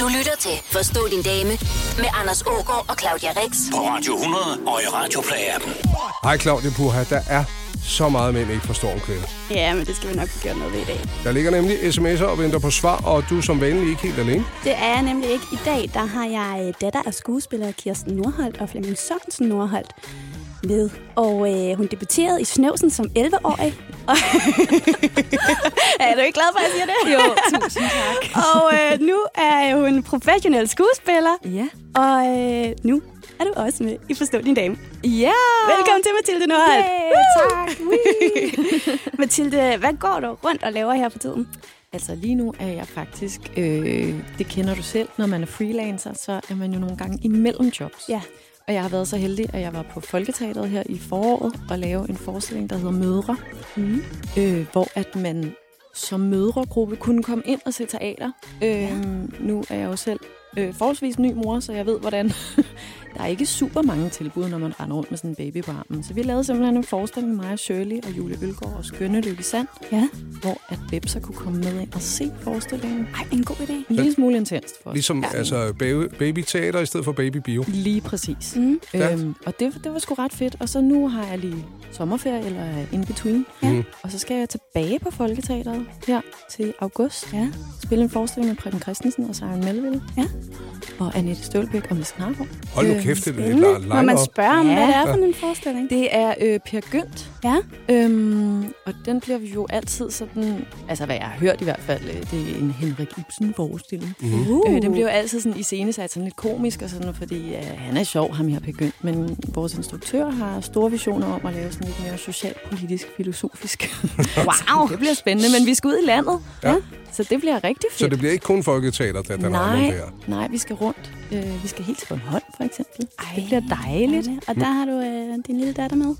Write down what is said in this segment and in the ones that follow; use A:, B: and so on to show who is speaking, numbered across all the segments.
A: Du lytter til Forstå din dame med Anders Ågaard og Claudia Rex.
B: På Radio 100 og i Radioplay-appen.
C: Hej Claudia Puha, der er så meget mænd ikke forstår om kvinder.
D: Ja, men det skal vi nok få gjort noget ved i dag.
C: Der ligger nemlig sms'er og venter på svar, og du er som vanlig ikke helt alene.
D: Det er jeg nemlig ikke. I dag der har jeg øh, datter af skuespiller Kirsten Nordholt og Flemming Sørensen Nordholt med. Og øh, hun debuterede i Snøvsen som 11-årig. Og er du ikke glad for, at jeg siger det?
E: Jo, tusind tak.
D: og øh, nu er hun professionel skuespiller.
E: Ja.
D: Og øh, nu er du også med i Forstå din dame.
E: Ja.
D: Velkommen til, Mathilde Nordholt.
E: Yay,
D: Woo!
E: tak.
D: Mathilde, hvad går du rundt og laver her for tiden?
E: Altså lige nu er jeg faktisk, øh, det kender du selv, når man er freelancer, så er man jo nogle gange imellem jobs.
D: Ja.
E: Og jeg har været så heldig, at jeg var på Folketeateret her i foråret og lave en forestilling, der hedder Mødre.
D: Mm.
E: øh, hvor at man som mødregruppe kunne komme ind og se teater. Øh, ja. Nu er jeg jo selv øh, forholdsvis ny mor, så jeg ved, hvordan... der er ikke super mange tilbud, når man render rundt med sådan en baby på armen. Så vi lavede simpelthen en forestilling med mig og Shirley og Julie Ølgaard og Skønne Lykke Sand,
D: Ja.
E: hvor at Bebser kunne komme med ind og se forestillingen.
D: Ej, en god idé.
E: En lille smule intenst for os.
C: Ligesom ja. altså, baby, babyteater i stedet for babybio.
E: Lige præcis.
D: Mm.
C: Stærkt.
E: Øhm, og det, det var sgu ret fedt. Og så nu har jeg lige sommerferie, eller in between.
C: Ja.
E: Og så skal jeg tilbage på Folketeateret her til august.
D: Ja.
E: Spille en forestilling med Preben Christensen og Søren Melville.
D: Ja.
E: Og Annette Stølbæk og Miss Knarbo.
C: Hold nu
E: Øh,
C: kæft, det er
D: Spændende. Må man
C: langt op.
D: spørge om,
E: Ja.
D: hvad det er for en forestilling?
E: Det er øh, Per Gynt.
D: Ja.
E: Øhm, og den bliver vi jo altid sådan... Altså, hvad jeg har hørt i hvert fald, øh, det er en Henrik Ibsen-forestilling.
D: Uh.
C: Mhm.
E: Øh, den bliver jo altid sådan i scenesat sådan lidt komisk og sådan, fordi øh, han er sjov, ham jeg har begyndt. Men vores instruktør har store visioner om at lave sådan lidt mere socialpolitisk, filosofisk. wow! det bliver spændende, men vi skal ud i landet.
C: Ja.
E: Så det bliver rigtig fedt.
C: Så det bliver ikke kun folketeater, der, der rammer
E: nej,
C: der.
E: nej, vi skal rundt. Øh, vi skal helt til Bornholm, for eksempel. Ej, det
D: Ej,
E: bliver dejligt.
D: dejligt. Og der har du øh, din lille datter med?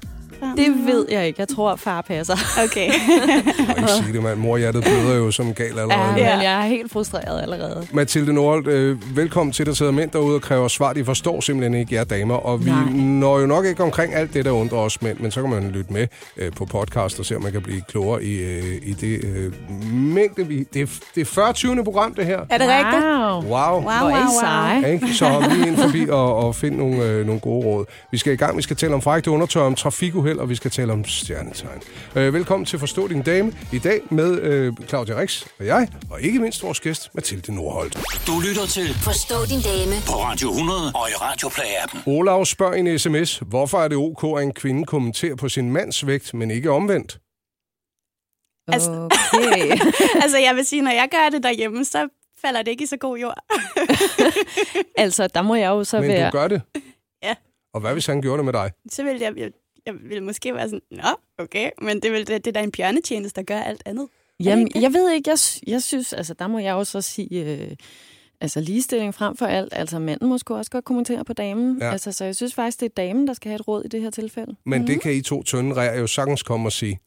E: Det ved jeg ikke. Jeg tror, far passer.
D: Okay.
C: Og ikke sige det, mand. Morhjertet bløder jo som gal allerede.
E: Ja, men jeg er helt frustreret allerede.
C: Mathilde Nordholt, øh, velkommen til, der sidder mænd derude og kræver svar. De forstår simpelthen ikke jer damer, og vi
E: Nej.
C: når jo nok ikke omkring alt det, der undrer os mænd, men så kan man lytte med øh, på podcast og se, om man kan blive klogere i, øh, i det øh, mængde. Vi, det, er, det er 40. 20. program, det her.
D: er det rigtigt?
E: Wow.
C: Wow.
D: Wow,
E: Hvor er
D: wow,
E: I
D: wow.
E: seje.
C: Ikke? Så hop lige ind forbi og, og find nogle, øh, nogle gode råd. Vi skal i gang. Vi skal tale om frægte undertøj, om trafikuheld, og vi skal tale om stjernetegn. Øh, velkommen til Forstå din dame. I dag med øh, Claudia Rix og jeg, og ikke mindst vores gæst, Mathilde Nordholt.
B: Du lytter til
A: Forstå din dame
B: på Radio 100 og i Radioplay-appen.
C: Olav spørger i en sms, hvorfor er det ok, at en kvinde kommenterer på sin mands vægt, men ikke omvendt?
D: Altså-
E: Okay.
D: altså, jeg vil sige, når jeg gør det derhjemme, så falder det ikke i så god jord.
E: altså, der må jeg jo så
C: Men
E: være...
C: du gør det.
D: Ja.
C: Og hvad hvis han gjorde det med dig?
D: Så ville jeg, jeg, jeg ville måske være sådan, nå, okay, men det, vil, det, det er da en bjørnetjeneste, der gør alt andet.
E: Jamen,
D: ikke det?
E: jeg ved ikke, jeg, sy- jeg synes, altså der må jeg jo så sige, øh, altså ligestilling frem for alt, altså manden må sgu også godt kommentere på damen,
C: Ja.
E: ja. altså så jeg synes faktisk, det er damen, der skal have et råd i det her tilfælde.
C: Men mm-hmm. det kan I to tynde ræer jo sagtens komme og sige.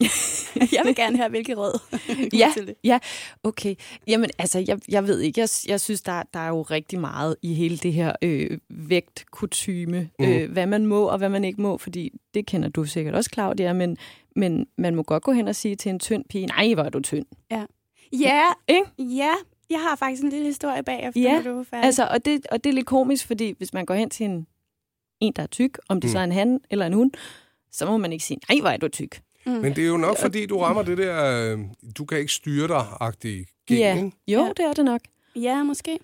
D: Jeg vil gerne høre, hvilke råd. du
E: Ja,
D: har til det.
E: ja, okay. Jamen, altså, jeg, jeg ved ikke. Jeg, jeg synes, der, der er jo rigtig meget i hele det her øh, vægtkutyme. Mm. Øh, hvad man må og hvad man ikke må, fordi det kender du sikkert også, Claudia, men, men man må godt gå hen og sige til en tynd pige, nej, hvor er du tynd.
D: Ja,
E: Ikke?
D: ja. Jeg har faktisk en lille historie bagefter,
E: Ja,
D: når du er færdig.
E: Altså, og det, og det er lidt komisk, fordi hvis man går hen til en, en der er tyk, om det
C: Mm.
E: mm. så er en han eller en hun, så må man ikke sige, nej, hvor er du tyk.
C: Men det er jo nok, fordi du rammer det der, øh, du kan ikke styre dig-agtige gen,
E: Ja.
C: ikke?
E: Jo,
D: Ja.
E: ja. det er det nok.
D: Ja, måske.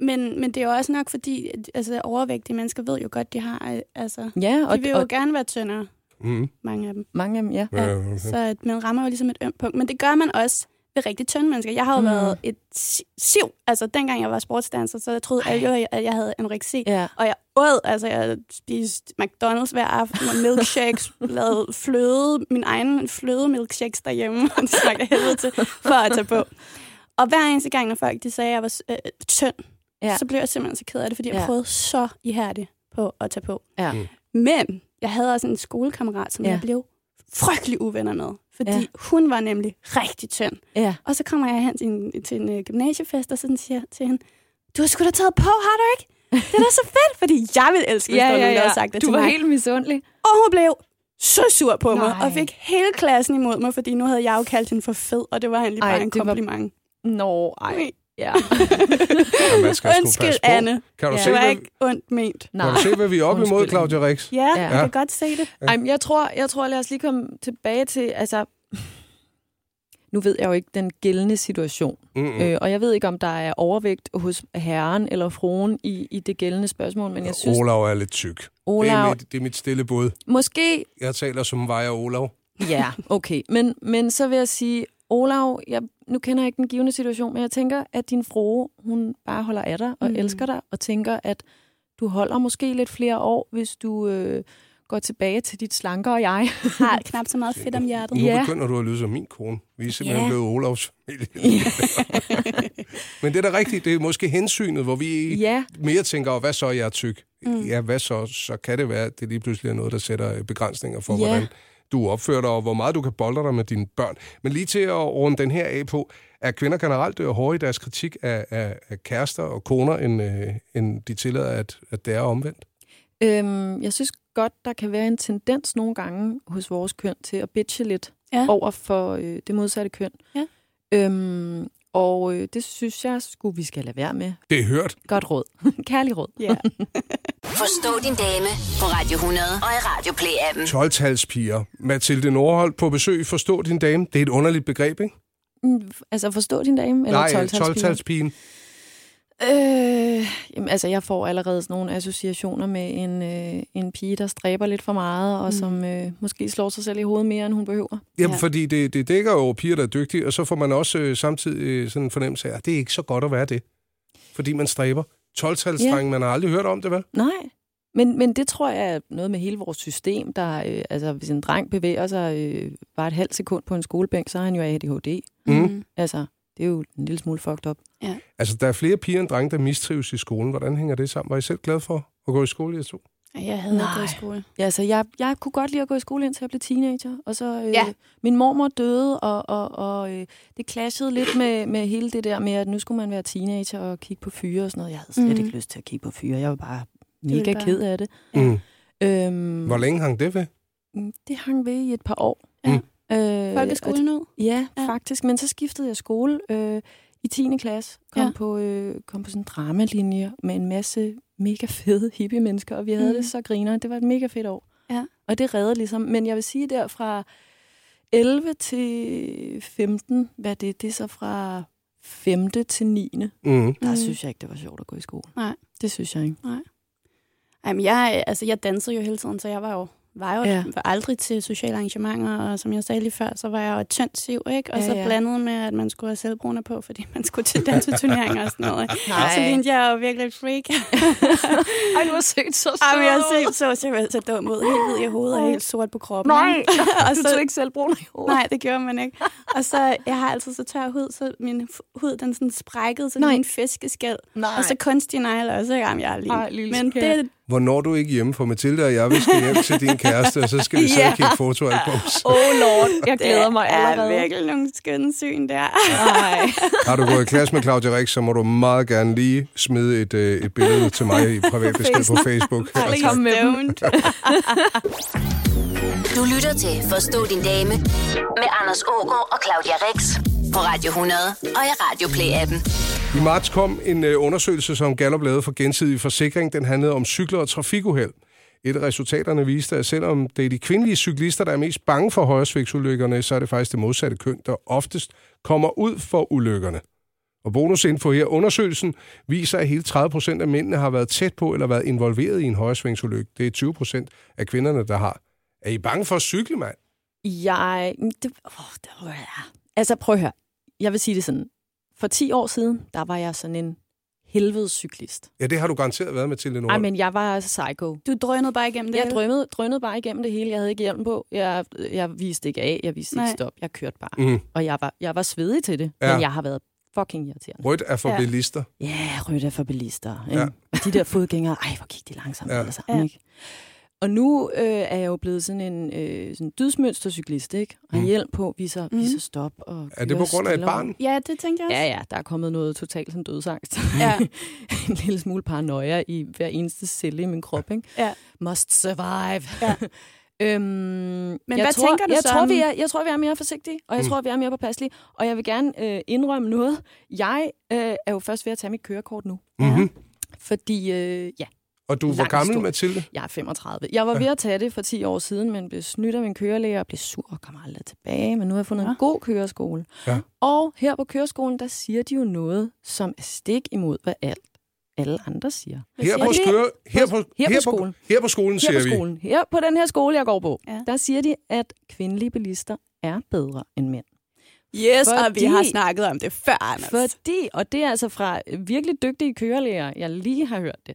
D: Men, men det er jo også nok fordi, at, altså overvægtige mennesker ved jo godt, de har, øh, altså, de
E: Ja, og,
D: vil jo
E: og
D: gerne være tyndere,
C: Mm-hmm.
D: mange af dem.
E: mange af dem, ja.
C: Ja, Øh, okay.
D: Så at man rammer jo ligesom et ømt punkt. Men det gør man også ved rigtig tynde mennesker. Jeg har jo mm.
E: Mm.
D: været et si- siv. Altså, dengang jeg var sportsdanser, så troede
E: Ej.
D: alle jo, at jeg havde anoreksi.
E: Ja.
D: Og jeg åd, altså jeg spiste McDonald's hver aften, og milkshakes, lavede fløde, min egen fløde milkshakes derhjemme, og det smager af helvede til, for at tage på. Og hver eneste gang, når folk de sagde, at jeg var øh, tynd, ja.
E: Ja.
D: så blev jeg simpelthen så ked af det, fordi jeg
E: Ja.
D: prøvede så ihærdigt på at tage på.
E: Ja.
C: Mm.
D: Men jeg havde også en skolekammerat, som
E: Ja.
D: jeg blev frygtelig uvenner med, fordi
E: Ja.
D: hun var nemlig rigtig tynd.
E: ja.
D: Og så kommer jeg hen til en, til en øh, gymnasiefest, og sådan siger jeg til hende, du har sgu da taget på, har du ikke? Det er da så fedt, fordi jeg ville elske, hvis ja, der var ja, nogen, der havde sagt det
E: Du
D: til
E: var
D: mig.
E: helt misundelig.
D: Og hun blev så sur på mig,
E: Nej.
D: og fik hele klassen imod mig, fordi nu havde jeg jo kaldt hende for fed, og det var egentlig
E: Ej,
D: bare en
E: det var-
D: kompliment.
E: Nå, ej.
D: Var...
E: Ja.
C: Og man skal sgu
D: Undskyld,
C: passe på.
D: Anne.
C: Kan du,
E: Ja.
C: ja. se,
D: Det var
C: hvad,
D: ikke ondt ment.
E: Nej.
C: kan du se, hvad vi er op imod,
E: Undskyld,
C: Claudia Rex?
D: Ja, ja,
E: Ja.
D: jeg kan godt se det.
E: Ej, men jeg tror, jeg tror, lad os lige komme tilbage til, altså... Nu ved jeg jo ikke den gældende situation,
C: Mm-mm.
E: øh, og jeg ved ikke, om der er overvægt hos herren eller fruen i, i det gældende spørgsmål, men jeg synes,
C: Olav er lidt tyk. Det, er
E: Olav,
C: mit, det er mit stille bud.
E: måske...
C: Jeg taler som vejer Olav.
E: Ja, okay, men, men så vil jeg sige, Olav, jeg, nu kender jeg ikke den givende situation, men jeg tænker, at din frue, hun bare holder af dig og
D: Mm.
E: mm. elsker dig, og tænker, at du holder måske lidt flere år, hvis du øh, går tilbage til dit slankere jeg.
D: Har knap så meget fedt om hjertet.
C: Nu
E: Ja.
C: begynder du at lyde som min kone. Vi er simpelthen
E: Ja.
C: blevet Olavs familie. Men det er da rigtigt. Det er måske hensynet, hvor vi
E: ja,
C: mere tænker, "Åh, hvad så, jeg er tyk?
D: Mm.
C: Ja, hvad så? Så kan det være, at det lige pludselig er noget, der sætter øh, begrænsninger for,
E: Ja.
C: hvordan du opfører dig, og hvor meget du kan bolde dig med dine børn. Men lige til at runde den her af på, er kvinder generelt øh, hårde i deres kritik af, af, af kærester og koner, end, øh, end de tillader, at, at det er omvendt?
E: Øhm, jeg synes godt, der kan være en tendens nogle gange hos vores køn til at bitche lidt
D: Ja.
E: ja. over for øh, det modsatte køn.
D: Ja.
E: Øhm, og øh, det synes jeg, skulle vi skal lade være med.
C: Det er hørt.
E: Godt råd. Kærlig råd.
D: Ja.
A: Forstå din dame på Radio 100 og i Radio Play-appen.
C: 12-talspiger. Mathilde Nordholt på besøg i Forstå din dame. Det er et underligt begreb, ikke?
E: Mm, Altså, forstå din dame? Eller
C: Nej,
E: 12-talspigen?
C: 12-talspigen.
E: Øh, jamen, altså, jeg får allerede sådan nogle associationer med en, øh, en pige, der stræber lidt for meget, og mm. som øh, måske slår sig selv i hovedet mere, end hun behøver.
C: Jamen, ja.
D: Ja.
C: fordi det, det dækker jo piger, der er dygtige, og så får man også øh, samtidig øh, sådan en fornemmelse af, at det er ikke så godt at være det. Fordi man stræber. 12-talsdrenge, man har aldrig hørt om det, vel?
E: Nej, men, men det tror jeg er noget med hele vores system, der, øh, altså hvis en dreng bevæger sig øh, bare et halvt sekund på en skolebænk, så er han jo ADHD.
C: Mm.
E: Altså, det er jo en lille smule fucked up.
C: Altså, der er flere piger end drenge, der mistrives i skolen. Hvordan hænger det sammen? Var I selv glad for at gå i skole, jeg to?
D: Ej, Jeg havde ikke
E: Nej.
D: gået i skole.
E: Ja, altså, jeg, jeg kunne godt lide at gå i skole, indtil jeg blev teenager. Og så, øh,
D: Ja.
E: ja. min mormor døde, og, og, og øh, det clashede lidt med, med hele det der med, at nu skulle man være teenager og kigge på fyre og sådan noget. Jeg havde slet
D: Mhm.
E: mm. ikke lyst til at kigge på fyre. Jeg var bare
D: ville
E: mega
D: bare-
E: ked af det.
D: Ja.
C: Mm.
E: Øhm,
C: Hvor længe hang det ved?
E: mm, Det hang ved i et par år.
D: Ja.
E: Øh, og
D: Folkeskolen ud?
E: Ja,
D: Ja.
E: ja, faktisk. Men så skiftede jeg skole øh, i 10. klasse. Kom,
D: Ja.
E: ja. på, øh, kom på sådan en dramalinje med en masse mega fede hippie-mennesker, og vi havde
D: Mhm.
E: mm. det så griner. Det var et mega fedt år.
D: Ja.
E: Og det reddede ligesom. Men jeg vil sige, der fra 11 til 15, hvad er det? Det er så fra 5. til 9. Der
C: Mm.
D: Mhm.
E: synes jeg ikke, det var sjovt at gå i skole.
D: Nej.
E: Det synes jeg ikke.
D: Ej, men jeg, altså, jeg dansede jo hele tiden, så jeg var jo, var jo ja.
E: Ja.
D: var aldrig til sociale arrangementer, og som jeg sagde lige før, så var jeg jo et tyndt siv, ikke? Og ja,
E: Ja,
D: så
E: ja.
D: blandet med, at man skulle have selvbrugende på, fordi man skulle til danseturneringer og sådan noget. ikke?
E: Nej.
D: Så lignede jeg jo virkelig et freak.
E: Ej, du har set så
D: Ej, men jeg så, så simpelthen så dum ud, helt hvid i hovedet og helt sort på kroppen. ikke? og
E: Du
D: så,
E: tog ikke selv brugende i hovedet.
D: Nej, det gjorde man ikke. Og så, jeg har altid så tør hud, så min f- hud, den sådan sprækkede, så
E: Nej.
D: en fiskeskæl.
E: Nej.
D: Og så kunstige negle også, ikke? Jamen, jeg er lige.
E: Ej, lille
D: Men
E: skat.
D: det,
C: Hvornår er du ikke hjemme, for Mathilde og jeg, vi skal hjem til din kæreste, og så skal vi sidde og kigge fotoalbums.
E: Oh lord, jeg glæder mig allerede.
D: Det er virkelig nogle skønne syn der.
E: Ej.
C: Har du gået i klasse med Claudia Rix, så må du meget gerne lige smide et, øh, et billede til mig i privat besked på Facebook. Altså,
D: Please
E: kom med dem.
D: don't.
A: Du lytter til Forstå din dame med Anders Ågaard og Claudia Rex på Radio 100 og i Radio Play-appen.
C: I marts kom en øh, undersøgelse, som Gallup lavede for gensidig forsikring. Den handlede om cykler og trafikuheld. Et af resultaterne viste, at selvom det er de kvindelige cyklister, der er mest bange for højresvigtsulykkerne, så er det faktisk det modsatte køn, der oftest kommer ud for ulykkerne. Og bonusinfo her. Undersøgelsen viser, at hele 30 procent af mændene har været tæt på eller været involveret i en højresvingsulykke. Det er 20 procent af kvinderne, der har. Er I bange for at cykle, mand?
E: Jeg... Det, åh, det var, ja. Altså, prøv at høre. Jeg vil sige det sådan. For 10 år siden, der var jeg sådan en helvedes cyklist.
C: Ja, det har du garanteret været med til
E: Nej,
C: nu.
E: men jeg var altså psycho.
D: Du drønede bare igennem det.
E: Jeg
D: hele.
E: drømmede, drønede bare igennem det hele. Jeg havde ikke hjelm på. Jeg, jeg viste ikke af. Jeg viste
D: Nej.
E: ikke stop. Jeg kørte bare.
C: Mm.
E: Og jeg var, jeg var svedig til det.
C: Ja.
E: Men jeg har været fucking irriterende.
C: Rødt er for
D: Ja.
C: ja. bilister.
E: Ja, yeah, rødt er for bilister.
C: Ja.
E: Ja. De der fodgængere, ej, hvor gik de langsomt
C: Ja.
E: ja. alle sammen,
D: Ja.
E: ja. ikke? Og nu øh, er jeg jo blevet sådan en øh, sådan dydsmønstercyklist, ikke? Og
C: Mm.
E: mm. hjælp på, viser,
D: Mm.
E: mm. viser stop. Og
C: Er det
E: kører
C: på grund af et
E: stille og
C: barn?
D: Ja, det tænkte jeg også.
E: Ja, ja, der er kommet noget totalt sådan dødsangst.
D: Ja.
E: en lille smule paranoia i hver eneste celle i min krop, ikke?
D: Ja.
E: Must survive.
D: Ja.
E: Øhm, Men jeg
D: hvad
E: tror,
D: tænker du
E: jeg
D: så
E: Tror,
D: om-
E: vi er, jeg tror, vi er mere forsigtige, og jeg
C: Mm.
E: mm. tror, vi er mere påpasselige. Og jeg vil gerne øh, indrømme noget. Jeg øh, er jo først ved at tage mit kørekort nu.
C: Mm-hmm.
E: Fordi, øh, ja,
C: Og du var
E: Lang
C: gammel,
E: historie.
C: Mathilde?
E: jeg er 35. Jeg var ved at tage det for 10 år siden, men blev snydt af min kørelæger og blev sur og kom aldrig tilbage. Men nu har jeg fundet ja. en god køreskole.
C: Ja.
E: Og her på køreskolen, der siger de jo noget, som er stik imod, hvad alt alle andre siger.
C: Her
E: siger
C: på,
E: de?
C: skøre, her, på,
E: her på
C: her, på,
E: skolen.
C: her på skolen,
E: Her
C: siger
E: på
C: vi.
E: skolen, her på den her skole, jeg går på,
D: Ja.
E: ja. der siger de, at kvindelige bilister er bedre end mænd.
D: Yes, Fordi... og vi
E: Fordi-
D: har snakket om det før, Anders.
E: Fordi, og det er altså fra virkelig dygtige kørelæger, jeg lige har hørt det,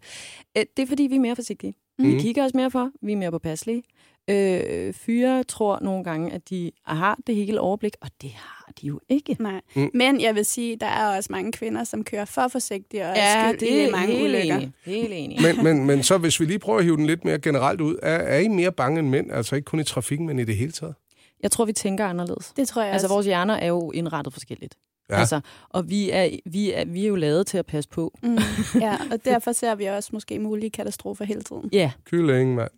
E: øh, det er fordi, vi er mere forsigtige. Mm.
C: Mhm.
E: Vi kigger os mere for, vi er mere påpasselige. Øh, fyre tror nogle gange, at de har det hele overblik, og det har de jo ikke.
D: Nej. Mm. Men jeg vil sige, der er også mange kvinder, som kører for forsigtigt og er skyld i mange
E: helt
D: ulykker.
E: enig. Helt enig.
C: Men, men, men så hvis vi lige prøver at hive den lidt mere generelt ud, er, er I mere bange end mænd? Altså ikke kun i trafikken, men i det hele taget?
E: Jeg tror, vi tænker anderledes.
D: Det tror jeg
E: Altså,
D: også.
E: vores hjerner er jo indrettet forskelligt.
C: Ja.
E: Ja. Altså, og vi er, vi, er, vi er jo lavet til at passe på.
D: Mm. Ja, og derfor ser vi også måske mulige katastrofer hele tiden.
E: Ja.
C: Kylling, mand.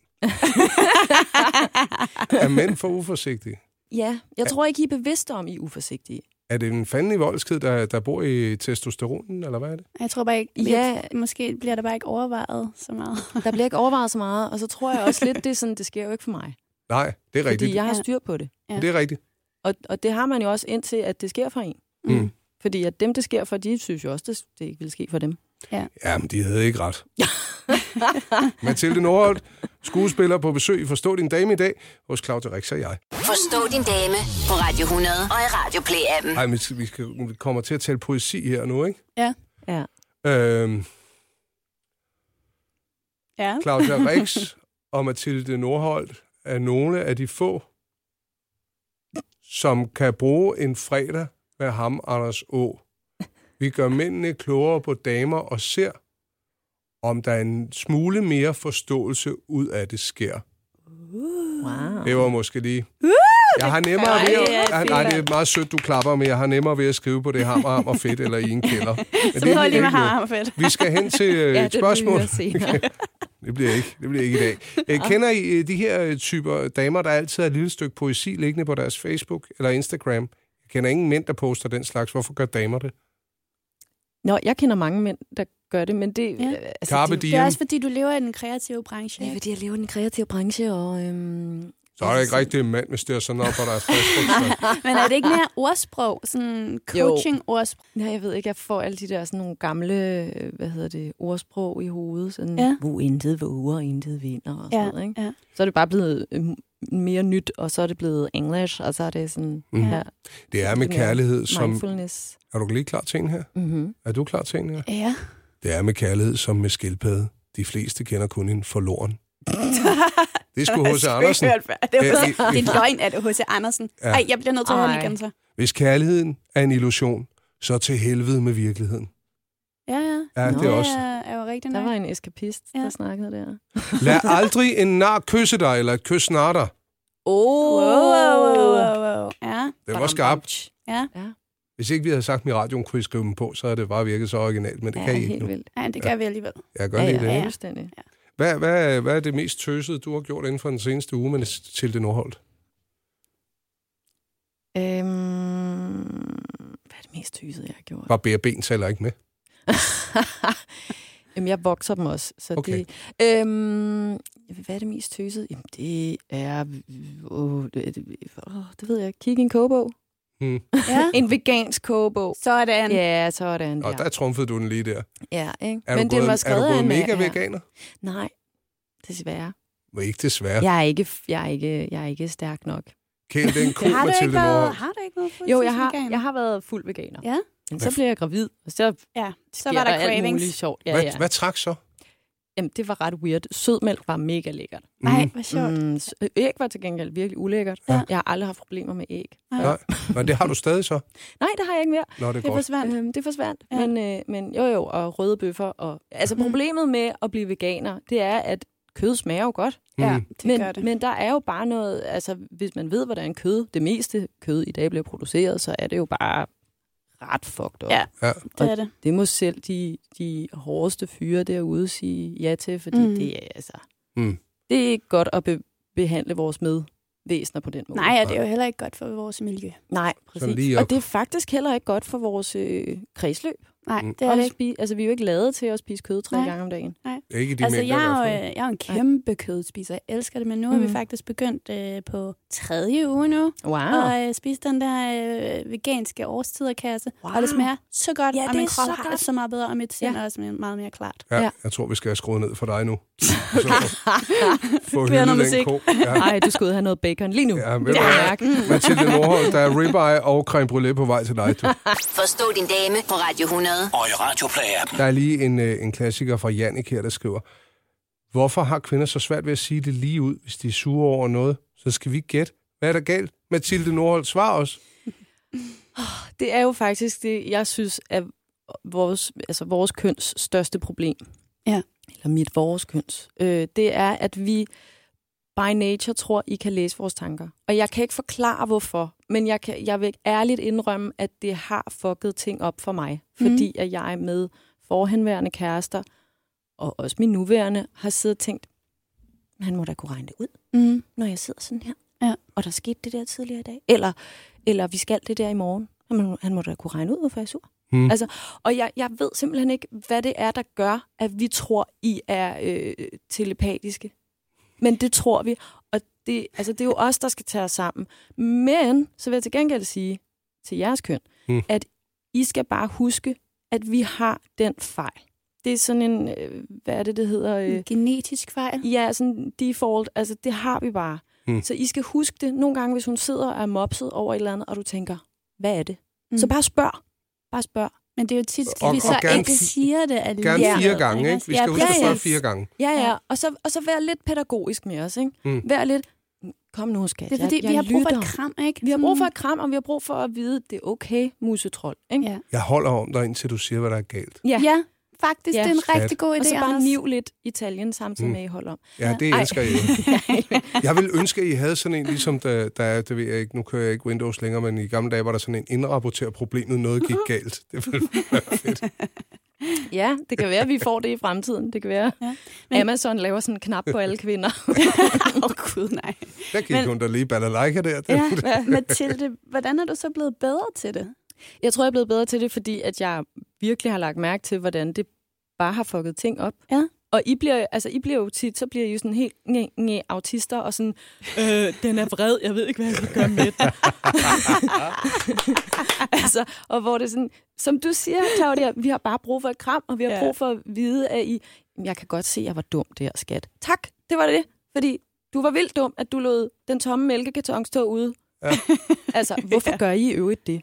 C: er mænd for uforsigtige?
E: Ja, jeg tror ikke, I er bevidste om, I er uforsigtige.
C: Er det en fanden i voldsked, der, der bor i testosteronen, eller hvad er det?
D: Jeg tror bare ikke, ja.
E: Ja.
D: måske bliver der bare ikke overvejet så meget.
E: Der bliver ikke overvejet så meget, og så tror jeg også lidt, det er sådan, det sker jo ikke for mig.
C: Nej, det er rigtigt.
E: Fordi jeg har
D: Ja.
E: styr på det.
D: ja.
C: Det er rigtigt.
E: Og, og det har man jo også indtil, at det sker for en.
C: Mm.
E: Fordi at dem, det sker for, de synes jo også, det, det ikke vil ske for dem.
C: Jamen, de havde ikke ret. Mathilde Nordholt, skuespiller på besøg i Forstå din dame i dag, hos Claudia Rix og jeg.
A: Forstå din dame på Radio 100 og i Radio Play-appen.
C: Ej, men vi, skal- vi, skal, vi kommer til at tale poesi her nu, ikke?
D: Ja.
E: Ja.
C: Øhm,
D: Ja.
C: Claudia Rix og Mathilde Nordholt er nogle af de få, som kan bruge en fredag med ham, Anders Å. Vi gør mændene klogere på damer og ser, om der er en smule mere forståelse ud af det sker.
E: Wow.
C: Det var måske lige... Jeg har nemmere
D: Ej,
C: ved at...
D: Uh, det er
C: Ej,
D: fedt,
C: nej, det er meget sødt, du klapper, men jeg har nemmere ved at skrive på det hammer, hammer fedt eller i en kælder. Men det
D: Så prøv lige med
C: ikke nu.
D: ham, fedt.
C: Vi skal hen til øh,
E: Ja,
C: et
E: det
C: spørgsmål.
E: lyder senere.
C: Det bliver ikke, det bliver ikke i dag. Æ, kender I øh, de her øh, typer damer, der altid har et lille stykke poesi liggende på deres Facebook eller Instagram? Jeg kender ingen mænd, der poster den slags. Hvorfor gør damer det?
E: Nå, jeg kender mange mænd, der gør det, men det...
D: Ja.
E: Altså,
C: Carpe
E: det,
D: Det er
C: diem.
D: også fordi, du lever i den kreative branche.
E: det er
D: ikke?
E: fordi, jeg lever i den kreative branche, og... Øhm,
C: Så er det ikke rigtig en mand, hvis det er sådan noget på deres Facebook. så-
D: Men er det ikke mere ordsprog? Sådan coaching-ordsprog?
E: Nej, jeg ved ikke, jeg får alle de der sådan nogle gamle, øh, hvad hedder det, ordsprog i hovedet. Sådan,
D: Ja.
E: ja. hvor intet våger, og intet vinder og sådan noget, ikke?
D: ja.
E: Så er det bare blevet øh, mere nyt, og så er det blevet engelsk, og så er det sådan
C: Mhm.
E: mm. her
C: Det er med kærlighed, som...
E: mindfulness.
C: Er du lige klar til en her?
E: Mm-hmm.
C: Er du klar til en her?
D: Ja.
C: Det er med kærlighed, som med skildpadde. De fleste kender kun en forloren. Det skulle H.C. Andersen.
D: Det er,
C: Ja,
D: H.C.
C: i- i-
D: det er løgn, at det er H.C. Andersen.
C: Ja.
D: Ej, jeg bliver nødt til at holde
E: Ej.
D: igen så.
C: Hvis kærligheden er en illusion, så til helvede med virkeligheden.
D: Ja, ja.
C: Ja,
E: Nå.
C: det er også.
D: Det er jo rigtigt
E: Der
D: nok.
E: var en eskapist, ja.
D: Ja.
E: der snakkede der.
C: Lad aldrig en nar kysse dig, eller et kys snare dig.
E: Oh!
D: Wow, wow, wow, wow. Ja,
C: Det var skarpt.
D: ja.
C: Hvis ikke vi havde sagt dem i radioen, kunne I skrive dem på, så havde det bare virket så originalt, men det
E: Ja,
C: ja, kan I ikke
E: helt
C: nu.
E: vildt.
D: Ej, det gør vi alligevel.
C: Jeg gør
E: Ja,
C: lige
E: ja,
C: det.
E: ja,
C: ikke?
E: fuldstændig.
C: Hvad, hvad, hvad er det mest tøsede, du har gjort inden for den seneste uge med Tilde Nordholt?
E: Øhm, hvad er det mest tysede, jeg har gjort?
C: Bare ben tæller ikke med.
E: Jamen, jeg vokser dem også. Så
C: Okay.
E: okay. det, øhm, hvad er det mest tøsede? Jamen, det er... Åh, det, det, åh, det ved jeg. Kig i en kogebog.
C: Hmm.
D: Ja.
E: En vegansk kogebog.
D: Sådan.
E: Ja, sådan
C: Og
E: der.
C: der trumfede du den lige der.
E: Ja, ikke?
C: Er Men du
E: det
C: gået,
E: var
C: er
E: skrevet
C: du
E: af
C: gået
E: en-
C: mega
E: ja.
C: veganer?
E: Nej, desværre.
C: Men ikke desværre. Ja.
E: Jeg er ikke, jeg er ikke, jeg er ikke stærk nok.
C: Kæld den ko,
D: Har du ikke
C: Mathilde
D: været,
C: Nordholt.
D: har du ikke været
E: Jo, jeg har,
D: fuldtidsveganer?
E: jeg har været fuld veganer.
D: Ja.
E: Men så blev jeg gravid, og så
D: Ja, så
E: sker
D: var der
E: alt
D: cravings.
E: muligt sjovt. Ja,
C: Hvad,
E: ja.
C: hvad trak så?
E: Jamen, det var ret weird. Sødmælk var mega lækkert.
D: Nej, hvor sjovt.
E: Mm, s- æg var til gengæld virkelig ulækkert.
D: Ja.
E: Ja. Jeg har aldrig haft problemer med æg.
C: Nej. Nå, det har du stadig så.
E: Nej, det har jeg ikke mere.
C: Nå, det er
D: Det
C: godt.
D: forsvandt.
E: Øhm, det forsvandt.
D: Ja. Mm-hmm.
E: Ja. Men, øh, men jo jo, og røde bøffer. Og, altså problemet med at blive veganer, det er, at kød smager jo godt.
D: Ja,
C: Mm.
D: det
E: men,
D: gør det.
E: men der er jo bare noget, altså hvis man ved, hvordan kød, det meste kød i dag bliver produceret, så er det jo bare ret fucked up.
D: Ja.
C: Ja.
D: Det er det.
C: Mm.
E: Det må selv de, de hårdeste fyre derude sige ja til, fordi
D: Mm.
E: mm. det er altså...
C: Mm.
E: Det er ikke godt at be, behandle vores medvæsener på den måde.
D: Nej, og det er jo
C: Mm.
D: heller ikke godt for vores miljø.
E: Nej,
C: Sådan
E: præcis.
C: lige op.
E: Og det er faktisk heller ikke godt for vores øh, kredsløb.
D: Nej,
C: Mm.
D: det er det
E: At
D: ikke.
E: spi- altså, vi er jo ikke lavet til at spise kød tre
D: Nej.
E: gange om dagen.
C: Ikke i de
D: Altså,
C: mængder,
D: jeg
C: i
D: er,
C: hvert
D: jo,
C: fald.
D: øh, jeg er jo en kæmpe kødspiser. Jeg elsker det, men nu er vi
E: Mm.
D: faktisk begyndt øh, på tredje uge nu.
E: Wow.
D: Og øh, spise den der øh, veganske årstiderkasse. Wow. Og det smager så godt,
E: Ja,
D: og
E: det
D: min
E: er
D: krop
E: så
D: har det
E: godt.
D: så meget bedre, og mit sind
E: Ja.
D: er også meget mere klart.
C: Ja,
E: Ja.
C: jeg tror, vi skal have skruet ned for dig nu. Så få
D: Kvinder
C: hyldet den
D: musik.
C: ko. Ja.
E: Nej, du skal ud og have noget bacon lige nu.
C: Ja,
E: Det
C: ved du
E: kan jeg
C: hvad?
E: mærke.
C: Mathilde Nordholm, der er ribeye og creme brulee på vej til dig. Du.
A: Forstå din dame på Radio 100.
B: og i Radioplay-appen.
C: Der er lige en, øh, en klassiker fra Jannik her, der skriver, hvorfor har kvinder så svært ved at sige det lige ud, hvis de er sure over noget? Så skal vi ikke gætte. Hvad er der galt? Mathilde Nordholm, svar os.
E: Det er jo faktisk det, jeg synes er vores, altså vores køns største problem.
D: Ja.
E: Eller mit vores køns. Øh, det er, at vi by nature tror, I kan læse vores tanker. Og jeg kan ikke forklare, hvorfor. Men jeg, kan, jeg vil ærligt indrømme, at det har fucket ting op for mig.
D: Mhm.
E: Fordi at jeg med forhenværende kærester, og også min nuværende, har siddet og tænkt, han må da kunne regne det ud
D: Mm.
E: når jeg sidder sådan her.
D: Ja.
E: Og der skete det der tidligere i dag. Eller, eller vi skal det der i morgen. Han må, han må da kunne regne ud, hvorfor jeg er sur.
C: Hmm.
E: Altså, og jeg, jeg ved simpelthen ikke, hvad det er, der gør, at vi tror, I er øh, telepatiske. Men det tror vi. Og det, altså, det er jo os, der skal tage os sammen. Men så vil jeg til gengæld sige til jeres køn,
C: Hmm.
E: at I skal bare huske, at vi har den fejl. Det er sådan en, øh, hvad er det, det hedder? Øh,
D: En genetisk fejl.
E: Ja, sådan default. Altså, det har vi bare.
C: Mm.
E: Mm. Så I skal huske det nogle gange, hvis hun sidder og er mopset over et eller andet, og du tænker, hvad er det?
D: Mm.
E: Mm. Så bare spørg. Bare spørg.
D: Men det er jo tit,
C: Og-
D: vi
C: og
D: så
C: gerne
D: ikke
C: fi-
D: siger det alligevel.
C: Gerne
E: Ja.
C: fire gange, ikke? Vi skal
D: ja,
C: huske at spørge
D: præcis.
C: fire gange.
E: Ja, ja.
D: Ja.
E: ja. Og, så, og så vær lidt pædagogisk med os, ikke?
C: Mm.
E: Mm. Vær lidt, kom nu, skat.
D: Det er fordi,
E: jeg, jeg
D: vi har brug for et
E: lytter."
D: kram, ikke? Mm.
E: Vi har brug for et kram, og vi har brug for at vide, det er okay, musetrol. Ikke?
D: Ja.
C: Jeg holder om dig, indtil du siger, hvad der er galt.
D: Ja, ja faktisk,
E: Ja.
D: det er en
C: Skat.
D: rigtig god idé,
E: Og så bare
D: Anders.
E: niv lidt Italien samtidig
C: Mm.
E: med, at I holder om.
C: Ja, det
E: Ej.
C: elsker jeg. Jeg ville ønske, at I havde sådan en, ligesom der, der er, det ved jeg ikke, nu kører jeg ikke Windows længere, men i gamle dage var der sådan en indrapporter problemet, noget
D: Uh-huh.
C: gik galt. Det ville være fedt.
E: ja, det kan være, at vi får det i fremtiden. Det kan være,
D: Ja.
E: ja.
D: Men-
E: Men... Amazon laver sådan en knap på alle kvinder.
D: Åh, oh, gud, nej.
C: Der gik
D: Men-
C: hun der lige balalaika der. Det,
D: Ja, Mathilde, hvordan er du så blevet bedre til det?
E: Jeg tror, jeg er blevet bedre til det, fordi at jeg virkelig har lagt mærke til, hvordan det bare har fucket ting op.
D: Ja.
E: Og I bliver, altså, I bliver jo tit, så bliver I jo sådan helt næ, næ, autister, og sådan, øh, den er vred, jeg ved ikke, hvad jeg skal gøre med den. altså, og hvor det er sådan, som du siger, Claudia, vi har bare brug for et kram, og vi har
D: Ja.
E: ja. brug for at vide, at I, jeg kan godt se, at jeg var dum der, skat. Tak, det var det, fordi du var vildt dum, at du lod den tomme mælkekarton stå ude.
C: Ja.
E: Ja. altså, hvorfor ja. gør I i øvrigt det?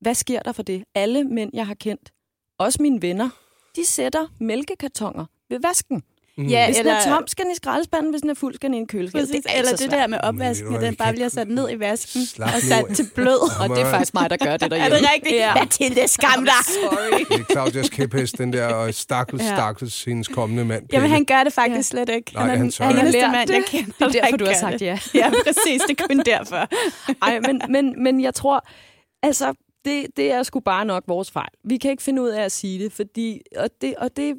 E: Hvad sker der for det? Alle mænd, jeg har kendt, også mine venner, de sætter mælkekartoner ved vasken.
C: Mm.
D: Ja,
E: Hvis
D: eller,
E: den er tom, skal den i skraldespanden. Hvis den er fuld, skal den i en køleskab.
D: Præcis,
E: er altså ikke
D: eller
E: så
D: det
E: svært.
D: der med opvasken,
C: Men ved du
D: at
C: hvad,
D: den
C: vi
D: bare
C: kan-
D: bliver sat ned i vasken
C: Slap
D: og
C: nu
D: sat
C: af.
D: til blød.
E: Og det er faktisk mig, der gør det
D: Er
E: derhjemme.
D: det rigtigt? Ja. Mathilde, skam dig! Sorry.
C: Det er Claudias kæphest, den der og stakkels,
D: Ja.
C: stakkels, hendes kommende mand.
D: Jamen,
C: Pelle.
D: han gør det faktisk slet ikke.
C: Nej,
D: han er
C: han
D: den
C: tør ikke.
D: eneste
E: Jeg har lært
D: mand, jeg kender,
E: Det er derfor,
D: der
E: du har
D: ikke gør
E: sagt
D: det.
E: ja.
D: Ja, præcis. Det er kun derfor.
E: Ej, men, men, men jeg tror, altså, det, det er sgu bare nok vores fejl. Vi kan ikke finde ud af at sige det, fordi, og det, og det,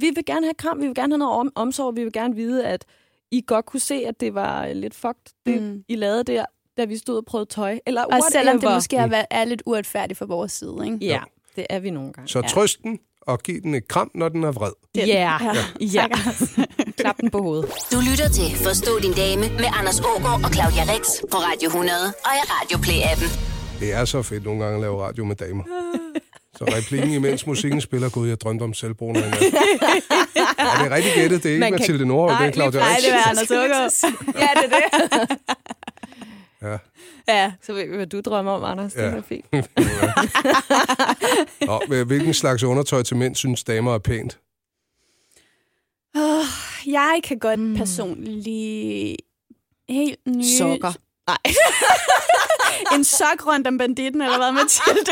E: vi vil gerne have kram, vi vil gerne have noget om, omsorg, vi vil gerne vide, at I godt kunne se, at det var øh, lidt fucked, det
D: Mm.
E: mm. I lavede der, da vi stod og prøvede tøj, eller
D: Og
E: whatever.
D: selvom det måske har været, er lidt uretfærdigt for vores side, ikke?
E: Ja, det er vi nogle gange.
C: Så trøst den, og giv den et kram, når den er vred.
E: Ja,
D: Ja.
E: ja. ja.
D: Tak, Anders.
E: klap den på hovedet.
A: Du lytter til Forstå din dame med Anders Ågaard og Claudia Rex på Radio 100 og i Radio Play-appen.
C: Det er så fedt nogle gange at lave radio med damer. Så replikken, imens musikken spiller, gud, jeg drømte om selvbrugende. Er det rigtig gættet? Det er ikke
E: Man kan-
C: Mathilde Nordholm, det er
E: Nej, lige
C: Claudia
D: Nej,
C: Rix.
D: det var Anders Ågaard. Ja, det er det.
C: Ja.
D: Ja.
E: Så ved vi, hvad du drømmer om, Anders.
C: Ja.
E: Det er fint.
C: Nå, men hvilken slags undertøj til mænd synes damer er pænt?
D: Oh, jeg kan godt
E: Hmm.
D: mm. personligt lide helt nye...
E: Sokker.
D: Nej. en sok rundt om banditten, eller hvad, Mathilde?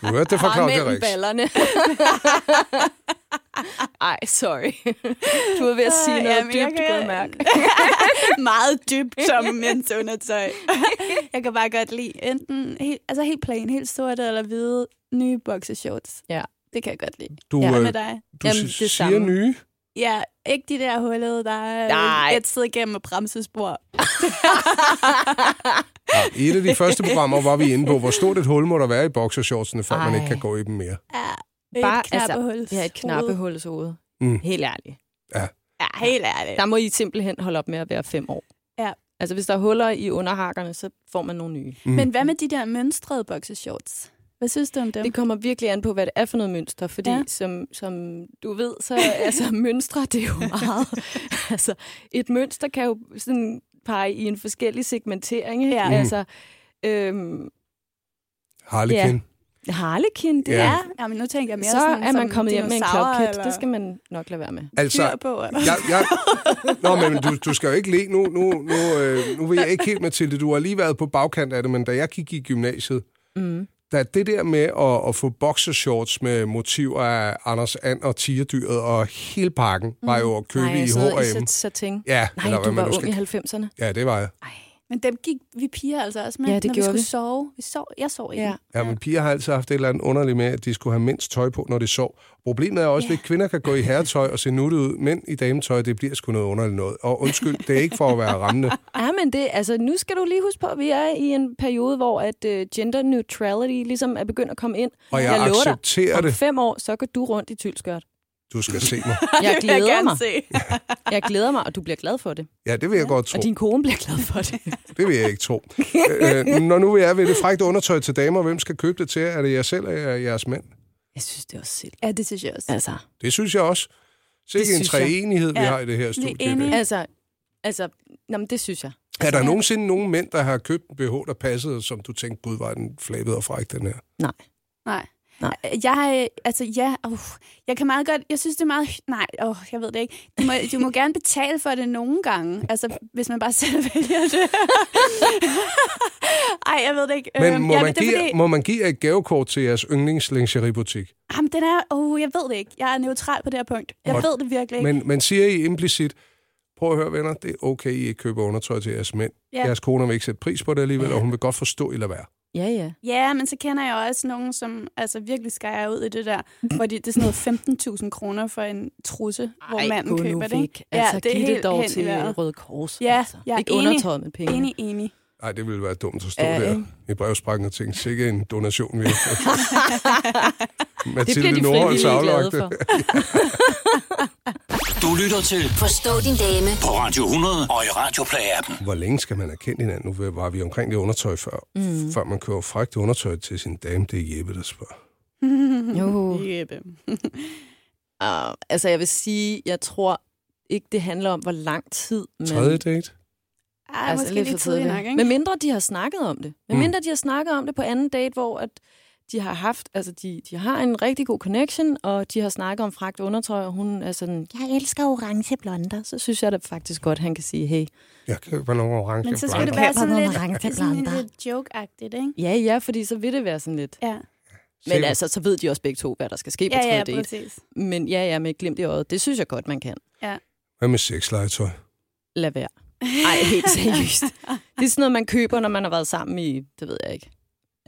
C: Du hørte det fra Claudia Rix.
E: ballerne. Ej, sorry. Du var ved at sige
D: Øh,
E: noget
D: jamen,
E: dybt,
D: jeg
E: du
D: kan-
E: kunne mærke.
D: Meget dybt som mens undertøj. jeg kan bare godt lide enten helt, altså helt plain, helt sorte eller hvide nye boxershorts.
E: Ja.
D: Det kan jeg godt lide.
C: Du,
E: Ja,
D: Hvad
C: øh,
D: med dig?
C: du
E: Jamen,
C: Jamen,
E: det
C: siger
E: samme.
C: nye.
D: Ja, ikke de der hullede, der
E: Nej.
D: er ætset igennem og bremsespor.
C: I et af de første programmer var vi inde på, hvor stort et hul må der være i boxershortsene, før Ej. man
E: Ej.
C: ikke kan gå i dem mere.
D: Ja,
E: Bare,
D: Bare, et knappehul.
E: altså, ja, et knappehulshoved.
C: Mm.
E: Mm. Helt ærligt.
D: Ja, helt ærligt.
E: Der må I simpelthen holde op med at være fem år.
D: Ja.
E: Altså, hvis der er huller i underhakkerne, så får man nogle nye.
C: Mm.
D: Men hvad med de der mønstrede boxershorts? Hvad synes du om dem?
E: Det kommer virkelig an på, hvad det er for noget mønster, fordi ja.
D: Ja.
E: som, som du ved, så altså, mønstre, det er jo meget... altså, et mønster kan jo sådan pege i en forskellig segmentering, ikke?
D: Ja.
E: Ja.
D: Mm.
E: Altså, øhm,
C: Harlekin.
E: harlekin, det
C: Ja.
E: ja.
D: Ja,
E: er...
D: ja men nu tænker jeg mere
E: Så
D: sådan,
E: er man
D: som
E: kommet hjem med en
D: dinosaurer
E: klopkat.
D: eller
E: Det skal man nok lade være med.
C: Altså,
D: dyr på. Eller?
C: jeg, jeg... Nå, men du, du skal jo ikke le. Nu, nu, nu, øh, nu ved jeg ikke helt, Mathilde. Du har lige været på bagkant af det, men da jeg gik i gymnasiet,
E: Mm.
C: der er det der med at, at få boxershorts med motiver af Anders And og Tigerdyret og hele pakken, var jo at købe
E: Nej,
C: i
E: jeg sidder
C: H&M.
E: i satin.
C: Ja,
E: Nej,
C: eller
E: du
C: hvad
E: var
C: man nu
E: ung i
C: skal...
E: 90'erne.
C: Ja, det var jeg.
D: Men dem gik vi piger altså også med,
E: Ja, det
D: når vi
E: gjorde
D: skulle
E: vi.
D: sove. Vi sov. Jeg sov ikke.
E: Ja.
C: Ja, men piger har altid haft et eller andet underligt med, at de skulle have mindst tøj på, når de sov. Problemet er også, at kvinder kan gå i herretøj og se nuttet ud, men i dametøj, det bliver sgu noget underligt noget. Og undskyld, det er ikke for at være rammende.
E: Ja, men det, altså, nu skal du lige huske på, at vi er i en periode, hvor at, uh, gender neutrality ligesom er begyndt at komme ind.
C: Og jeg,
E: lover dig,
C: accepterer
E: om
C: det.
E: fem år, så går du rundt i tylskørt.
C: Du skal se mig.
D: Det
E: Jeg
D: vil jeg
E: glæder
D: gerne
E: mig.
D: se.
E: Jeg glæder mig, og du bliver glad for det.
C: Ja, det vil jeg godt tro.
E: Og din kone bliver glad for det.
C: Det vil jeg ikke tro. øh, når nu vi er ved det frægte undertøj til damer, hvem skal købe det til? Er det jer selv eller jeres mænd?
E: Jeg synes, det er også selv.
D: Ja, det synes jeg også.
E: Altså,
C: Det synes jeg også.
E: Det
C: Sikke en
E: synes jeg.
C: treenighed, vi
D: Ja,
C: har i det her
D: vi er
C: studie. i dag.
D: enige.
E: altså, altså, jamen, det synes jeg.
C: Er der nogensinde nogen mænd, der har købt en BH, der passede, som du tænkte, gud, var den flabet og fræk, den her?
E: Nej.
D: Nej.
E: Nej.
D: Jeg, øh, altså, ja, uh, jeg kan meget godt, jeg synes, det er meget, nej, uh, jeg ved det ikke. Du må, du må gerne betale for det nogle gange, altså, hvis man bare selv vælger det. Ej, jeg ved det ikke.
C: Men
D: Øhm,
C: må,
D: ja,
C: man
D: det er
C: give,
D: fordi-
C: må man give jer et gavekort til jeres yndlingslingeriebutik?
D: Jamen, den er... Oh, jeg ved det ikke. Jeg er neutral på det her punkt. Jeg
C: Og-
D: ved det virkelig ikke.
C: Men, men siger I implicit, prøv at høre venner, det er okay, I ikke køber undertøj til jeres mænd. Ja.
D: Ja.
C: Jeres kone vil ikke sætte pris på det alligevel, og hun vil godt forstå, I lader være.
E: Ja, ja.
D: Ja, men så kender jeg også nogen, som altså, virkelig skærer ud i det der, hvor de, det er sådan noget 15.000 kroner for en trusse, Ej, hvor manden
E: gå nu
D: køber det. ikke?
E: væk. Altså,
D: ja, det er
E: giv
D: helt
E: det dog
D: hen i
E: til øh,
D: vejret.
E: Røde Kors.
D: Ja,
E: altså.
D: jeg er
E: Ikke
D: enig.
E: undertøjet med penge.
D: Enig, enig.
C: Nej, det ville være dumt at stå
E: Ja,
C: ja, der
E: ikke?
C: i brevsprækken og tænke, sikke en donation, vi har fået.
E: Det bliver
C: Mathilde
E: de
C: Nordholz
E: frivillige glade
C: aflagte.
E: for.
B: Du lytter til
A: Forstå din dame
B: på Radio 100 og i Radioplay-appen.
C: Hvor længe skal man have kendt hinanden? Nu var vi omkring det undertøj før. Mm. Før man køber frækt undertøj til sin dame, det er Jeppe, der spørger.
E: Jo.
D: Jeppe.
E: Uh, altså, jeg vil sige, jeg tror ikke, det handler om, hvor lang tid man...
C: Tredje date?
D: Ej, altså, måske lidt
E: for
D: lige tidligt nok, ikke?
E: Med
D: Men,
E: mindre de har snakket om det. Med
C: Mm.
E: mindre de har snakket om det på anden date, hvor at de har haft, altså de, de har en rigtig god connection, og de har snakket om fragt undertøj, og hun er sådan, jeg elsker orange blonder, så synes jeg da faktisk godt, han kan sige, hey.
C: Jeg køber nogle orange
D: men så skal
C: blomster.
D: det være
E: Køber nogle
D: sådan
E: orange
D: Altså, lidt, sådan
E: planter.
D: lidt joke-agtigt, ikke?
E: Ja, ja, fordi så vil det være sådan lidt.
D: Ja,
E: Men altså, så ved de også begge to, hvad der skal ske på
D: ja,
E: tredje
D: ja,
E: date.
D: præcis.
E: Men ja, ja, med et glimt i øjet, det synes jeg godt, man kan.
C: Hvad med sexlegetøj?
E: Lad være. Ej, helt seriøst. Det er sådan noget, man køber, når man har været sammen i, det ved jeg ikke,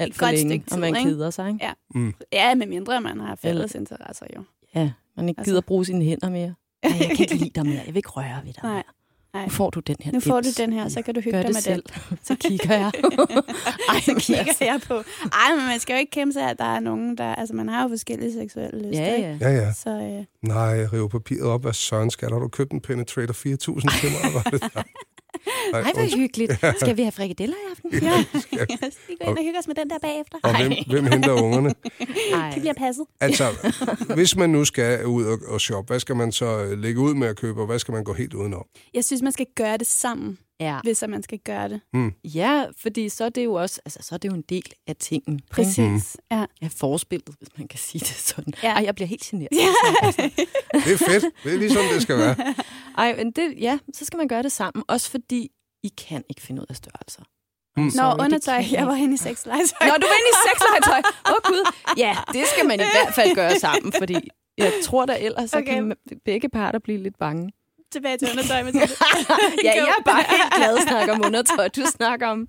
E: alt
D: Et
E: for
D: godt
E: længe,
D: stykke
E: og
D: tid,
E: man
D: ikke?
E: keder sig, ikke?
C: Mm.
D: Ja, med mindre man har fælles
E: Eller-
D: interesser, jo.
E: Ja, man ikke
D: Altså.
E: gider altså. bruge sine hænder mere. Ej, jeg kan ikke lide dig mere. Jeg vil ikke røre ved dig
D: Nej,
E: mere.
D: nej.
E: Nu får du den her
D: Nu får du
E: dims.
D: den her, så kan du hygge
E: Gør
D: dig
E: det
D: med den.
E: selv. Så kigger jeg. Ej, altså.
D: så kigger jeg på. Ej, men man skal jo ikke kæmpe sig, at der er nogen, der... Altså, man har jo forskellige seksuelle lyster,
E: Ja,
D: ikke?
E: ja.
C: Ja, ja.
D: Så øh,
C: Nej, jeg river papiret op. Hvad søren skal der? Har du købt en Penetrator 4000 til mig? Var det der? Ej,
E: Ej, hvor hyggeligt. Skal vi have frikadeller i aften?
D: ja, ja. så vi går ind og hygger os med den der bagefter.
C: og hvem, hvem henter ungerne?
E: Ej.
D: Det bliver passet.
C: Altså, hvis man nu skal ud og, og shoppe, hvad skal man så øh, lægge ud med at købe, og hvad skal man gå helt udenom?
D: Jeg synes, man skal gøre det sammen,
E: Ja.
D: hvis at man skal gøre det.
E: ja, fordi så er det jo også, altså så er det jo en del af tingen.
D: Præcis. Mm-hmm. Ja.
E: Ja, forspillet, hvis man kan sige det sådan.
D: Ja.
E: Ej, jeg bliver helt generet. Altså,
C: Det er fedt. Det er ligesom, det skal være.
E: Ej, men det, ja, så skal man gøre det sammen. Også fordi I kan ikke finde ud af størrelser.
C: Mm. Nå,
E: Sorry,
D: Nå,
E: det kan
D: undertøj.
E: I ikke.
D: Jeg var henne i sexlegetøj.
E: Når du var inde i sexlegetøj. Åh oh, gud. Ja, det skal man i hvert fald gøre sammen, fordi jeg tror da ellers, okay. så
D: Okay.
E: kan begge parter blive lidt bange.
D: tilbage til undertøj, Mathilde.
E: ja, jeg er bare helt glad at snakke om undertøj. Du snakker om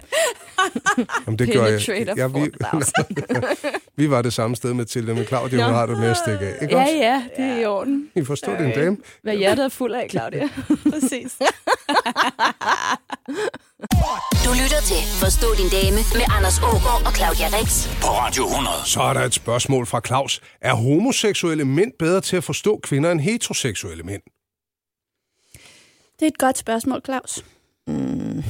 C: Jamen, det gjorde jeg.
E: penetrator
C: jeg vi,
E: 4000.
C: vi var det samme sted med Tilde, men Claudia, hun
E: Nå.
C: har det med at stikke af. Ikke
E: Ja,
C: også?
E: ja, det er i orden.
C: I forstår din
E: Okay.
C: dame.
E: Hvad hjertet er fuld af, Claudia.
D: Præcis.
A: Du lytter til Forstå din dame med Anders Ågaard og Claudia Rex.
B: På Radio 100.
C: Så er der et spørgsmål fra Claus. Er homoseksuelle mænd bedre til at forstå kvinder end heteroseksuelle mænd?
D: Det er et godt spørgsmål, Claus.
E: Mm.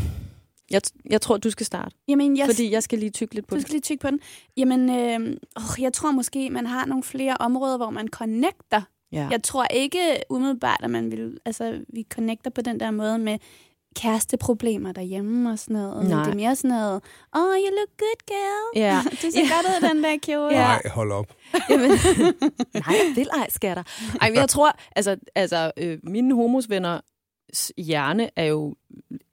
E: Jeg, jeg tror, du skal starte,
D: Jamen, jeg,
E: fordi jeg skal lige tykke lidt
D: du
E: på det.
D: skal lige tykke på den. Jamen, øh, åh, jeg tror måske, man har nogle flere områder, hvor man connecter.
E: Ja.
D: Jeg tror ikke umiddelbart, at man vil, altså, vi connecter på den der måde med kæresteproblemer derhjemme og sådan noget.
E: Nej.
D: Det er mere sådan noget, oh, you look good, girl.
E: Ja.
D: Du ser
E: Ja.
D: godt ud i den der kjole.
E: Ja.
C: Nej, hold op.
E: Jamen, nej, jeg vil ej, skatter. Ej, men jeg tror, altså, altså øh, mine homosvenner hjerne er jo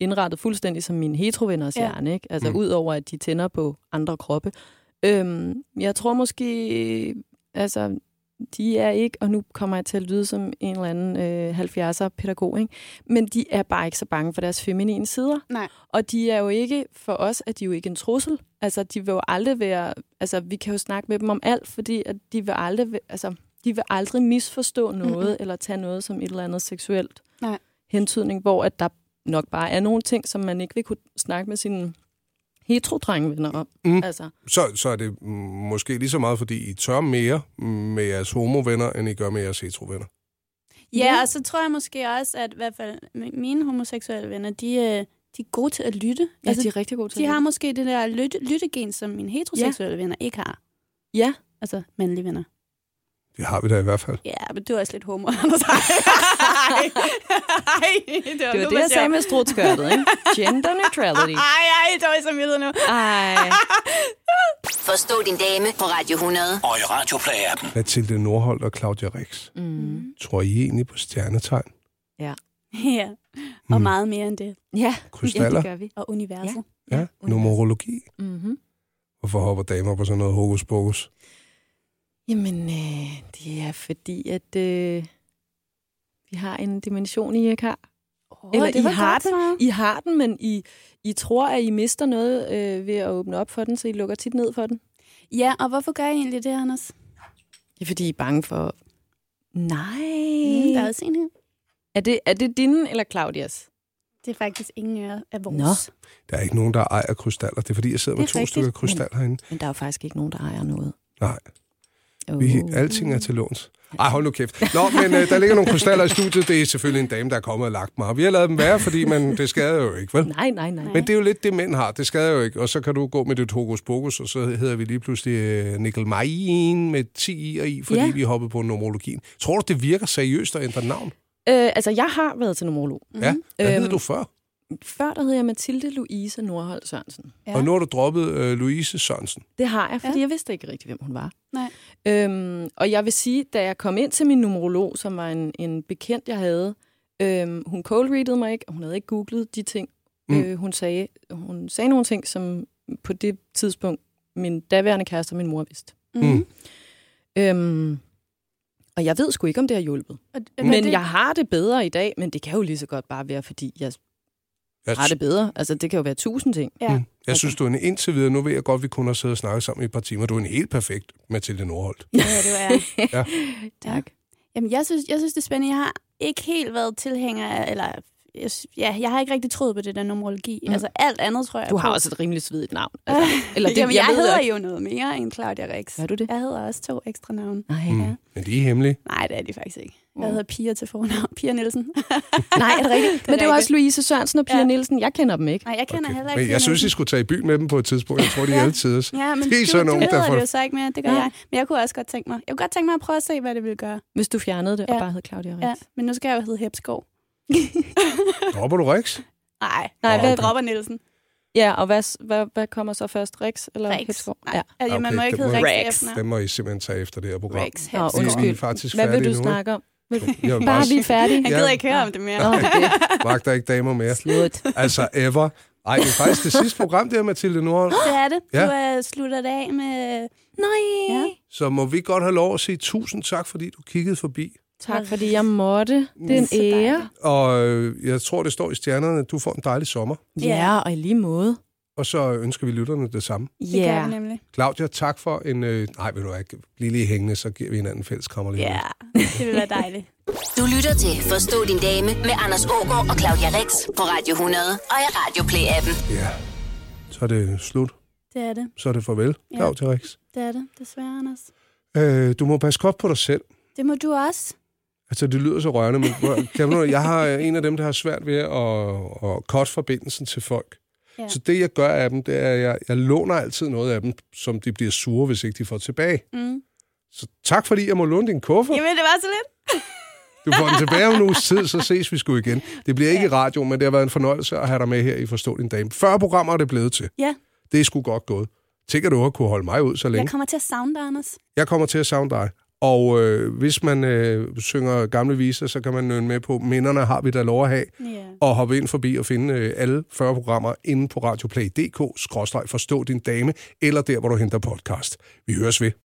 E: indrettet fuldstændig som mine heterovenners
D: Ja.
E: ja. hjerne, ikke? Altså
C: Mm.
E: mm. udover, at de tænder på andre kroppe. Øhm, jeg tror måske, altså, de er ikke, og nu kommer jeg til at lyde som en eller anden øh, 70'er pædagog, ikke? men de er bare ikke så bange for deres feminine sider.
D: Nej.
E: Og de er jo ikke, for os er de jo ikke en trussel. Altså, de vil jo aldrig være, altså, vi kan jo snakke med dem om alt, fordi at de vil aldrig, væ- altså, de vil aldrig misforstå noget, mm-hmm. eller tage noget som et eller andet seksuelt
D: Nej.
E: hentydning, hvor at der nok bare er nogle ting, som man ikke vil kunne snakke med sine heterodrengvenner om.
C: Mm.
E: Altså,
C: Så, så er det mm, måske lige så meget, fordi I tør mere med jeres homovenner, end I gør med jeres heterovenner.
D: Ja, og så tror jeg måske også, at i hvert fald mi- mine homoseksuelle venner, de, øh, de er gode til at lytte.
E: ja, altså, de er rigtig gode til
D: de
E: det.
D: har måske det der lytte, lyttegen, som mine heteroseksuelle ja. venner ikke har.
E: Ja,
D: Altså mandlige venner.
C: Det har vi da i hvert fald.
D: Ja, men du er også lidt homo, Anders. Ej, ej, det var,
E: det var det, jeg sagde med strutskørtet, ikke? Gender neutrality.
D: Ej, ej, dårlig samvittighed nu.
E: Ej.
A: Forstå din dame på Radio 100.
B: Og i Radioplay-appen.
C: Mathilde Nordholt og Claudia Rix.
E: Mm.
C: Tror I egentlig på stjernetegn?
D: Ja,
E: Mm.
D: og meget mere end det.
E: Ja, ja,
C: Krystaller?
E: det gør vi.
D: Og universet.
C: Ja, ja. Numerologi?
E: Mm-hmm.
C: Hvorfor hopper damer på sådan noget hokus pokus?
E: Jamen, øh, det er fordi, at øh, vi har en dimension, I ikke har.
D: Oh,
E: Eller I har den.
D: svaret.
E: I har den, men I, I tror, at I mister noget øh, ved at åbne op for den, så I lukker tit ned for den.
D: Ja, og hvorfor gør I egentlig det, Anders?
E: Det er fordi, I er bange for...
D: Mm, der er
E: Nej.
D: også en her.
E: Er det, er det din eller Claudias?
D: Det er faktisk ingen ører af vores.
E: Nå.
C: Der er ikke nogen, der ejer krystaller. Det er fordi, jeg sidder
D: Det er
C: med to
D: rigtigt,
C: stykker krystal herinde.
E: Men der er jo faktisk ikke nogen, der ejer noget.
C: Nej,
E: Oh.
C: vi, alting er til låns. Ej, hold nu kæft. Nå, men øh, der ligger nogle krystaller i studiet. Det er selvfølgelig en dame, der er kommet og lagt mig. Vi har lavet dem være, fordi man, det skader jo ikke, vel?
E: Nej, nej, nej.
C: Mm-hmm. Men det er jo lidt det, mænd har. Det skader jo ikke. Og så kan du gå med dit hokus pokus, og så hedder vi lige pludselig øh, Nickel Mayen med 10 i og i, fordi ja.
E: Ja.
C: vi hoppede på numerologien. Tror du, det virker seriøst at ændre navn?
E: Øh, altså, jeg har været til numerolog.
C: Mm-hmm. Ja. Hvad
E: Øhm,
C: hed du før?
E: Før der hed jeg Mathilde Louise Nordhold Sørensen.
D: Ja.
C: Og nu har du droppet øh, Louise Sørensen.
E: Det har jeg, fordi
D: Ja.
E: ja. jeg vidste ikke rigtig, hvem hun var.
D: Nej.
E: Øhm, og jeg vil sige, da jeg kom ind til min numerolog, som var en, en bekendt, jeg havde, øhm, hun cold-readede mig ikke, og hun havde ikke googlet de ting.
C: Mm.
E: Mm. Øh, hun, sagde, hun sagde nogle ting, som på det tidspunkt min daværende kæreste og min mor vidste.
C: Mm.
E: Øhm, og jeg ved sgu ikke, om det har hjulpet.
D: Og,
E: Men, men det... jeg har det bedre i dag, men det kan jo lige så godt bare være, fordi jeg
C: Jeg,
E: har det bedre. Altså, det kan jo være tusind ting.
D: Ja.
C: jeg synes, du er en indtil videre. Nu ved jeg godt, vi kun har siddet og snakket sammen i et par timer. Du er en helt perfekt Mathilde Nordholt.
D: Ja, det var jeg.
E: Tak.
D: Jamen, jeg synes, jeg synes, det er spændende. Jeg har ikke helt været tilhænger af, eller jeg, sy- ja, jeg har ikke rigtig troet på det der numerologi. Mm.
E: Mm.
D: Altså alt andet, tror jeg.
E: Du
D: på.
E: har også et rimelig svedigt navn. Altså, eller det,
D: Jamen, jeg,
E: ved
D: hedder
E: ikke.
D: jo noget mere end Claudia Rex.
E: Gør du det?
D: Jeg hedder også to ekstra navne.
E: Nej.
C: Mm.
E: Mm.
D: Ja.
C: Men de er hemmelige.
D: Nej, det er de faktisk ikke. Jeg
E: Mm.
D: hedder Pia til fornavn. Pia Nielsen.
E: Nej, er det rigtigt? Men det var
D: rigtigt.
E: også Louise Sørensen og Pia
D: Ja.
E: ja. Nielsen. Jeg kender dem ikke.
D: Nej, jeg kender okay. heller ikke
C: Men
D: Pia
C: jeg synes, I
D: Nielsen.
C: skulle tage i byen med dem på et tidspunkt. Jeg tror, de er altid.
D: Ja, men
C: Det er sådan
D: du,
C: nogen,
D: du
C: der
D: hedder
C: får-
D: det jo så ikke mere. Det gør ja.
E: Ja.
D: jeg. Men jeg kunne også godt tænke mig. Jeg kunne godt tænke mig at prøve at se, hvad det ville gøre.
E: Hvis du fjernede det
D: Ja.
E: ja. og bare hed Claudia Rix.
D: Ja. Men nu skal jeg jo hedde Hepskov.
C: Dropper du Rex?
D: Nej,
E: Nej,
D: jeg
E: hvad-
D: dropper Nielsen.
E: Ja, og hvad, hvad, hvad kommer så først? Rex eller
D: Rex.
E: Hepsgaard?
D: Nej,
E: Ja.
D: altså,
C: Okay,
D: man må
C: det
D: ikke
C: må
D: hedde
E: jeg-
D: Rex.
E: Rex.
D: efternavn.
C: Dem må I simpelthen tage efter det her program.
D: Rex
E: Nå,
C: Vi,
D: Hepskov.
C: vi er
E: Undskyld.
C: faktisk
E: Hvad vil
C: færdige
E: du
C: nu,
E: snakke om? Vil du...
C: Jeg vil
E: Bare vi er færdige.
D: Han
C: Ja.
D: gider ikke høre om det mere.
E: Nå, det.
C: ikke. Magter ikke damer mere.
E: Slut.
C: Altså, ever. Ej, det er faktisk det sidste program, det her, Mathilde Nordholm.
D: Det er det.
C: Ja.
D: Du øh, slutter det af med... Ja.
E: Nej. Ja.
C: Så må vi godt have lov at sige tusind tak, fordi du kiggede forbi.
E: Tak, fordi jeg måtte. Det er en
D: så dejligt.
E: ære.
C: Og øh, jeg tror, det står i stjernerne, at du får en dejlig sommer.
E: Ja, og i lige måde.
C: Og så ønsker vi lytterne det samme.
D: Det gør
E: Ja.
D: vi nemlig.
C: Claudia, tak for en... Øh, nej, vil du ikke blive lige hængende, så giver vi hinanden en fælles krammer lige. nu.
D: Ja, det vil være dejligt.
A: Du lytter til Forstå din dame med Anders Ågaard og Claudia Rex på Radio 100 og i Radio Play-appen.
C: ja. Så er det slut.
D: Det er det.
C: Så er det farvel,
D: Ja.
C: Claudia Rix.
D: Det er det, desværre, Anders.
C: Øh, du må passe godt på dig selv.
D: Det må du også.
C: Altså, det lyder så rørende, men prøv at- kan du, jeg har øh, en af dem, der har svært ved at, at cut forbindelsen til folk. Ja.
D: Ja.
C: Så det, jeg gør af dem, det er, at jeg, jeg låner altid noget af dem, som de bliver sure, hvis ikke de får tilbage.
D: Mm.
C: Så tak, fordi jeg må låne din kuffert.
D: Jamen, det var så lidt.
C: Du får den tilbage om en uges tid, så ses vi sgu igen. Det bliver ikke i radio, men det har været en fornøjelse at have dig med her i Forstå din dame. 40 programmer er det blevet til.
D: Ja.
C: Det er sgu godt gået. Tænker du at kunne holde mig ud så længe?
D: Jeg kommer til at savne dig, Anders.
C: Jeg kommer til at savne dig. Og øh, hvis man øh, synger gamle viser, så kan man nynne med på Minderne har vi da lov at have.
D: Ja.
C: Og hoppe ind forbi og finde øh, alle 40 programmer inde på radioplay.dk-forstå din dame, eller der, hvor du henter podcast. Vi høres ved.